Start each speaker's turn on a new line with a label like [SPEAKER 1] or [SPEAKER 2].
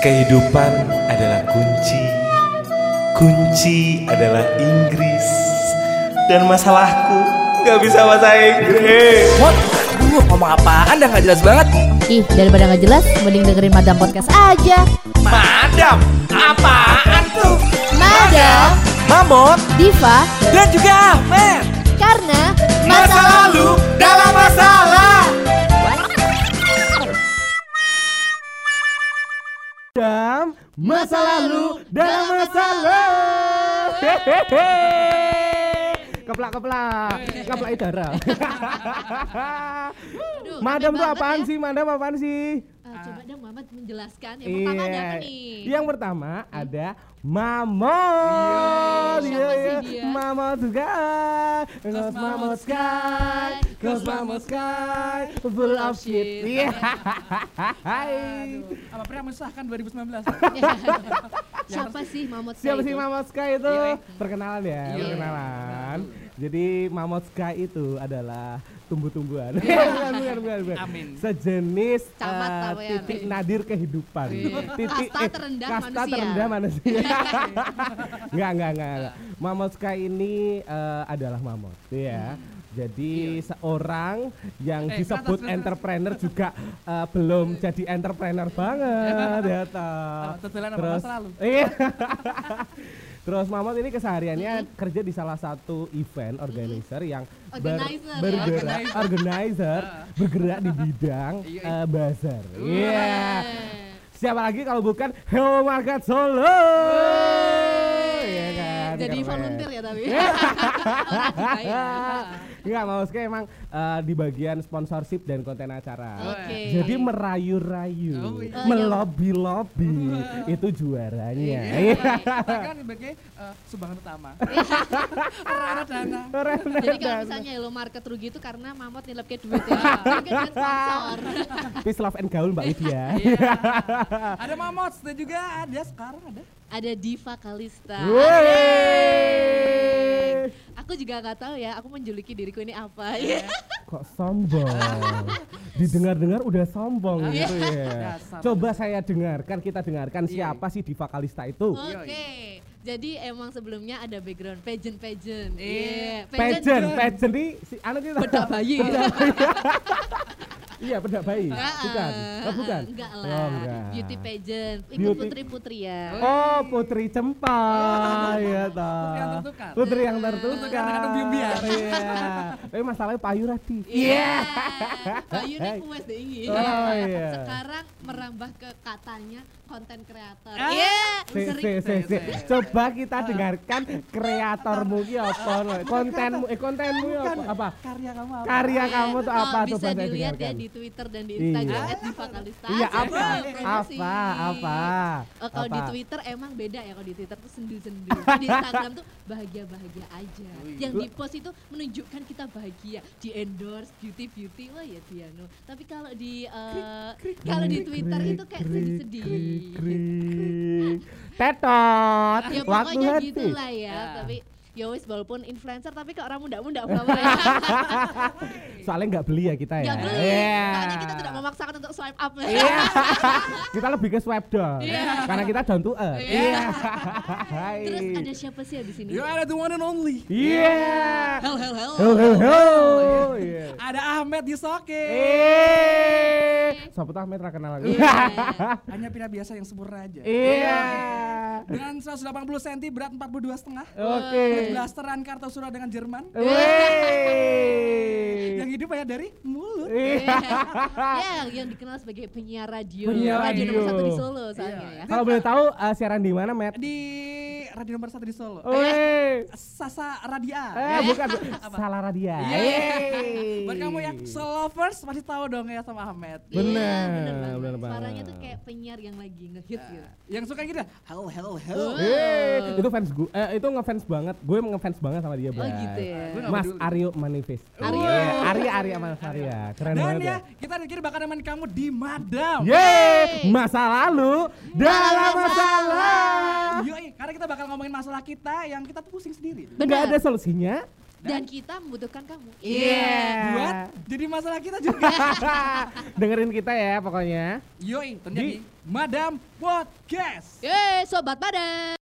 [SPEAKER 1] Kehidupan adalah kunci, kunci adalah Inggris, dan masalahku nggak bisa bahasa Inggris.
[SPEAKER 2] What? Duh, ngomong apaan dah nggak jelas banget.
[SPEAKER 3] Ih, daripada nggak jelas, mending dengerin Madam Podcast aja.
[SPEAKER 2] Madam, apaan tuh?
[SPEAKER 3] Madam,
[SPEAKER 2] Mamot
[SPEAKER 3] Diva,
[SPEAKER 2] dan juga Ahmed.
[SPEAKER 3] karena
[SPEAKER 2] dalam masalah.
[SPEAKER 4] masa lalu dalam masalah. Hehehe. Keplak keplak, keplak darah. Madam tuh apaan sih? Madam apaan sih?
[SPEAKER 3] coba dong Mamat menjelaskan. ya. Yang
[SPEAKER 4] Iya.
[SPEAKER 3] pertama ada apa nih?
[SPEAKER 4] Yang pertama ada Mamot, iya
[SPEAKER 3] Iya, siapa
[SPEAKER 4] iya,
[SPEAKER 3] sih dia?
[SPEAKER 4] Mamot Sky, Cause Mamot Sky, Cause Mamot Sky, full of shit. Iya, Hai.
[SPEAKER 5] apa pernah mensahkan 2019
[SPEAKER 3] Siapa sih Mamot
[SPEAKER 4] Siapa sih
[SPEAKER 3] saya itu? Iya,
[SPEAKER 4] Mamot Sky itu? Perkenalan ya, perkenalan. Jadi Mamot Sky itu adalah tumbuh-tumbuhan. bukan, bukan, bukan, bukan.
[SPEAKER 5] Amin.
[SPEAKER 4] Sejenis
[SPEAKER 3] Iya. Camat
[SPEAKER 4] eh,
[SPEAKER 3] apa ya? Iya.
[SPEAKER 4] titik nadir kehidupan. titik eh,
[SPEAKER 3] Kasta terendah
[SPEAKER 4] kasta
[SPEAKER 3] manusia. Iya.
[SPEAKER 4] terendah manusia. Enggak, enggak, enggak, enggak. Mamot Sky ini eh, adalah Mamot, ya.
[SPEAKER 3] Hmm. Iya,
[SPEAKER 4] Jadi seorang yang
[SPEAKER 5] Eh,
[SPEAKER 4] disebut
[SPEAKER 5] teratas, teratas.
[SPEAKER 4] entrepreneur juga eh, belum
[SPEAKER 3] Iya.
[SPEAKER 4] jadi entrepreneur banget ya toh.
[SPEAKER 5] Tetelan apa masa lalu?
[SPEAKER 4] Iya. Terus Mamot ini kesehariannya kerja di salah satu event organizer yang ber-
[SPEAKER 3] Organizer Uh. ya.
[SPEAKER 4] bergerak organizer bergerak di bidang
[SPEAKER 5] Iya,
[SPEAKER 4] eh, bazar.
[SPEAKER 3] Uh.
[SPEAKER 4] Iya.
[SPEAKER 3] Eh,
[SPEAKER 4] Siapa lagi kalau bukan Hello Market Solo. Iya kan,
[SPEAKER 3] Jadi
[SPEAKER 4] keren.
[SPEAKER 3] volunteer ya tapi. iya.
[SPEAKER 4] Enggak, Mamot kayak emang eh, di bagian sponsorship dan konten acara.
[SPEAKER 3] Oke.
[SPEAKER 4] Jadi merayu-rayu,
[SPEAKER 5] Oh, iya.
[SPEAKER 3] Eh,
[SPEAKER 4] melobi-lobi,
[SPEAKER 3] Oh, iya.
[SPEAKER 4] itu juaranya. Iya.
[SPEAKER 5] bahkan sebagai eh, sumbangan utama Rara dana
[SPEAKER 4] Keren.
[SPEAKER 3] Jadi kalau misalnya Hello Market rugi itu karena Mamot nilepke duit ya. Mungkin duit sponsor.
[SPEAKER 4] Peace, love, and gaul Mbak Widya.
[SPEAKER 5] ada Mamot dan juga ada sekarang ada
[SPEAKER 3] Ada Diva Kalista.
[SPEAKER 4] Woi.
[SPEAKER 3] Aku juga nggak tahu ya, aku menjuluki diriku ini apa. Iya.
[SPEAKER 4] Kok sombong? Didengar-dengar udah sombong gitu ya.
[SPEAKER 5] Dasar.
[SPEAKER 4] Coba saya dengarkan, kita dengarkan siapa sih Diva Kalista itu?
[SPEAKER 3] Oke. Jadi emang sebelumnya ada background pageant-pageant. Iya.
[SPEAKER 4] Pageant, pageant ini si anu anak itu
[SPEAKER 3] Bedak bayi.
[SPEAKER 4] Iya, bedak bayi. Bukan. Oh, bukan.
[SPEAKER 3] Ah, Enggak
[SPEAKER 4] Oh,
[SPEAKER 3] lah.
[SPEAKER 4] enggak.
[SPEAKER 3] Beauty pageant. Ikut
[SPEAKER 4] Beauty-
[SPEAKER 3] putri-putri ya.
[SPEAKER 4] Oh, Putri Cempa, ya toh.
[SPEAKER 5] yang tertukar.
[SPEAKER 4] Putri yang tertukar.
[SPEAKER 5] dengan umbi-umbian.
[SPEAKER 4] Iya. Tapi masalahnya Payu Rati.
[SPEAKER 3] Iya. Bayu nih kues deh ini.
[SPEAKER 4] Oh, iya.
[SPEAKER 3] Sekarang merambah ke katanya konten kreator.
[SPEAKER 5] Ah.
[SPEAKER 3] Iya.
[SPEAKER 4] Si,
[SPEAKER 3] sering.
[SPEAKER 4] si, si, si.
[SPEAKER 3] ya?
[SPEAKER 4] Coba kita dengarkan kreatormu ki apa, loh. kontenmu, eh kontenmu ki apa, apa?
[SPEAKER 5] karya kamu apa
[SPEAKER 4] Karya kamu tuh
[SPEAKER 3] Oh,
[SPEAKER 4] apa? Coba
[SPEAKER 3] Bisa
[SPEAKER 4] saya
[SPEAKER 3] dilihat ya
[SPEAKER 4] dengarkan.
[SPEAKER 3] di Twitter dan di Instagram
[SPEAKER 4] Iya.
[SPEAKER 3] @divakalista.
[SPEAKER 4] Iya
[SPEAKER 3] Saya
[SPEAKER 4] apa?
[SPEAKER 3] mau promosi.
[SPEAKER 4] Apa? Apa?
[SPEAKER 3] Oh, kalau di
[SPEAKER 4] Apa?
[SPEAKER 3] Twitter emang beda ya kalau di Twitter tuh sendu-sendu. Kalau di Instagram tuh bahagia-bahagia aja. Yang di post itu menunjukkan kita bahagia, di endorse beauty-beauty wah ya Diano. Tapi kalau di eh, kalau di Twitter itu kayak sedih-sedih.
[SPEAKER 4] Krik, krik. Tetot. Waktu
[SPEAKER 3] Ya pokoknya
[SPEAKER 4] hati.
[SPEAKER 3] gitulah ya,
[SPEAKER 5] Ya.
[SPEAKER 3] tapi ya wis walaupun influencer tapi kok orang muda-muda flower ya.
[SPEAKER 4] Soalnya nggak beli ya kita ya.
[SPEAKER 3] Enggak beli.
[SPEAKER 4] Iya.
[SPEAKER 3] Soalnya kita tidak memaksakan untuk swipe up.
[SPEAKER 4] Iya. kita lebih ke swipe down. Karena kita down to earth.
[SPEAKER 3] Iya.
[SPEAKER 4] Iya. Hai.
[SPEAKER 3] Terus ada siapa sih ya di sini?
[SPEAKER 5] you are the one and only
[SPEAKER 4] Iya.
[SPEAKER 3] Hell hell hell.
[SPEAKER 4] Ho ho ho. Iya.
[SPEAKER 5] ada Ahmed di Soke
[SPEAKER 4] Eh, Sobat Ahmed ra kenal aku.
[SPEAKER 5] hanya pria biasa yang sempurna aja
[SPEAKER 4] Iya.
[SPEAKER 5] dengan 180 cm berat 42 setengah
[SPEAKER 4] Oke.
[SPEAKER 5] blasteran Kartosura dengan Jerman
[SPEAKER 4] Wey.
[SPEAKER 5] yang hidup hanya dari mulut
[SPEAKER 4] Iya.
[SPEAKER 3] ya, yang dikenal sebagai penyiar radio.
[SPEAKER 4] Penyiar
[SPEAKER 3] radio. nomor
[SPEAKER 4] radio.
[SPEAKER 3] satu di Solo soalnya ya.
[SPEAKER 4] Kalau boleh tahu eh, siaran di mana, Matt?
[SPEAKER 5] di radio nomor satu di Solo
[SPEAKER 4] Wey.
[SPEAKER 5] Sasa Radia
[SPEAKER 4] Oh. Eh, bukan. Salah radia. Yeay.
[SPEAKER 5] Buat kamu yang lovers pasti tahu dong ya sama Ahmed.
[SPEAKER 3] Iya,
[SPEAKER 4] Bener,
[SPEAKER 3] banget.
[SPEAKER 4] bener banget. Iya.
[SPEAKER 3] Suaranya tuh kayak penyiar yang lagi ngehit gitu.
[SPEAKER 5] Yang suka gitu, hello hello hello.
[SPEAKER 3] Oh.
[SPEAKER 4] Yeay. itu fans gue, eh, itu ngefans banget. Gue emang ngefans banget sama dia,
[SPEAKER 3] Oh
[SPEAKER 4] Bray.
[SPEAKER 3] gitu ya.
[SPEAKER 5] Gua nggak
[SPEAKER 4] Mas
[SPEAKER 5] peduli.
[SPEAKER 4] Aryo Manifest.
[SPEAKER 3] Aryo.
[SPEAKER 4] Iya, Arya Arya Mas Arya. Keren
[SPEAKER 5] Dan
[SPEAKER 4] banget.
[SPEAKER 5] ya,
[SPEAKER 4] Ya. Iya.
[SPEAKER 5] kita dikira bakal nemenin kamu di Madam.
[SPEAKER 4] Yeay, masa lalu dalam masalah.
[SPEAKER 5] Yoi, karena kita bakal ngomongin masalah kita yang kita tuh pusing sendiri.
[SPEAKER 3] Bener.
[SPEAKER 4] Enggak ada solusinya.
[SPEAKER 3] Dan kita membutuhkan kamu.
[SPEAKER 4] Iya.
[SPEAKER 5] buat jadi masalah kita juga.
[SPEAKER 4] Dengerin kita ya pokoknya.
[SPEAKER 5] Yoi, tentunya
[SPEAKER 4] Di-
[SPEAKER 5] di Madam Podcast.
[SPEAKER 3] Yeay, Iya. sobat padat.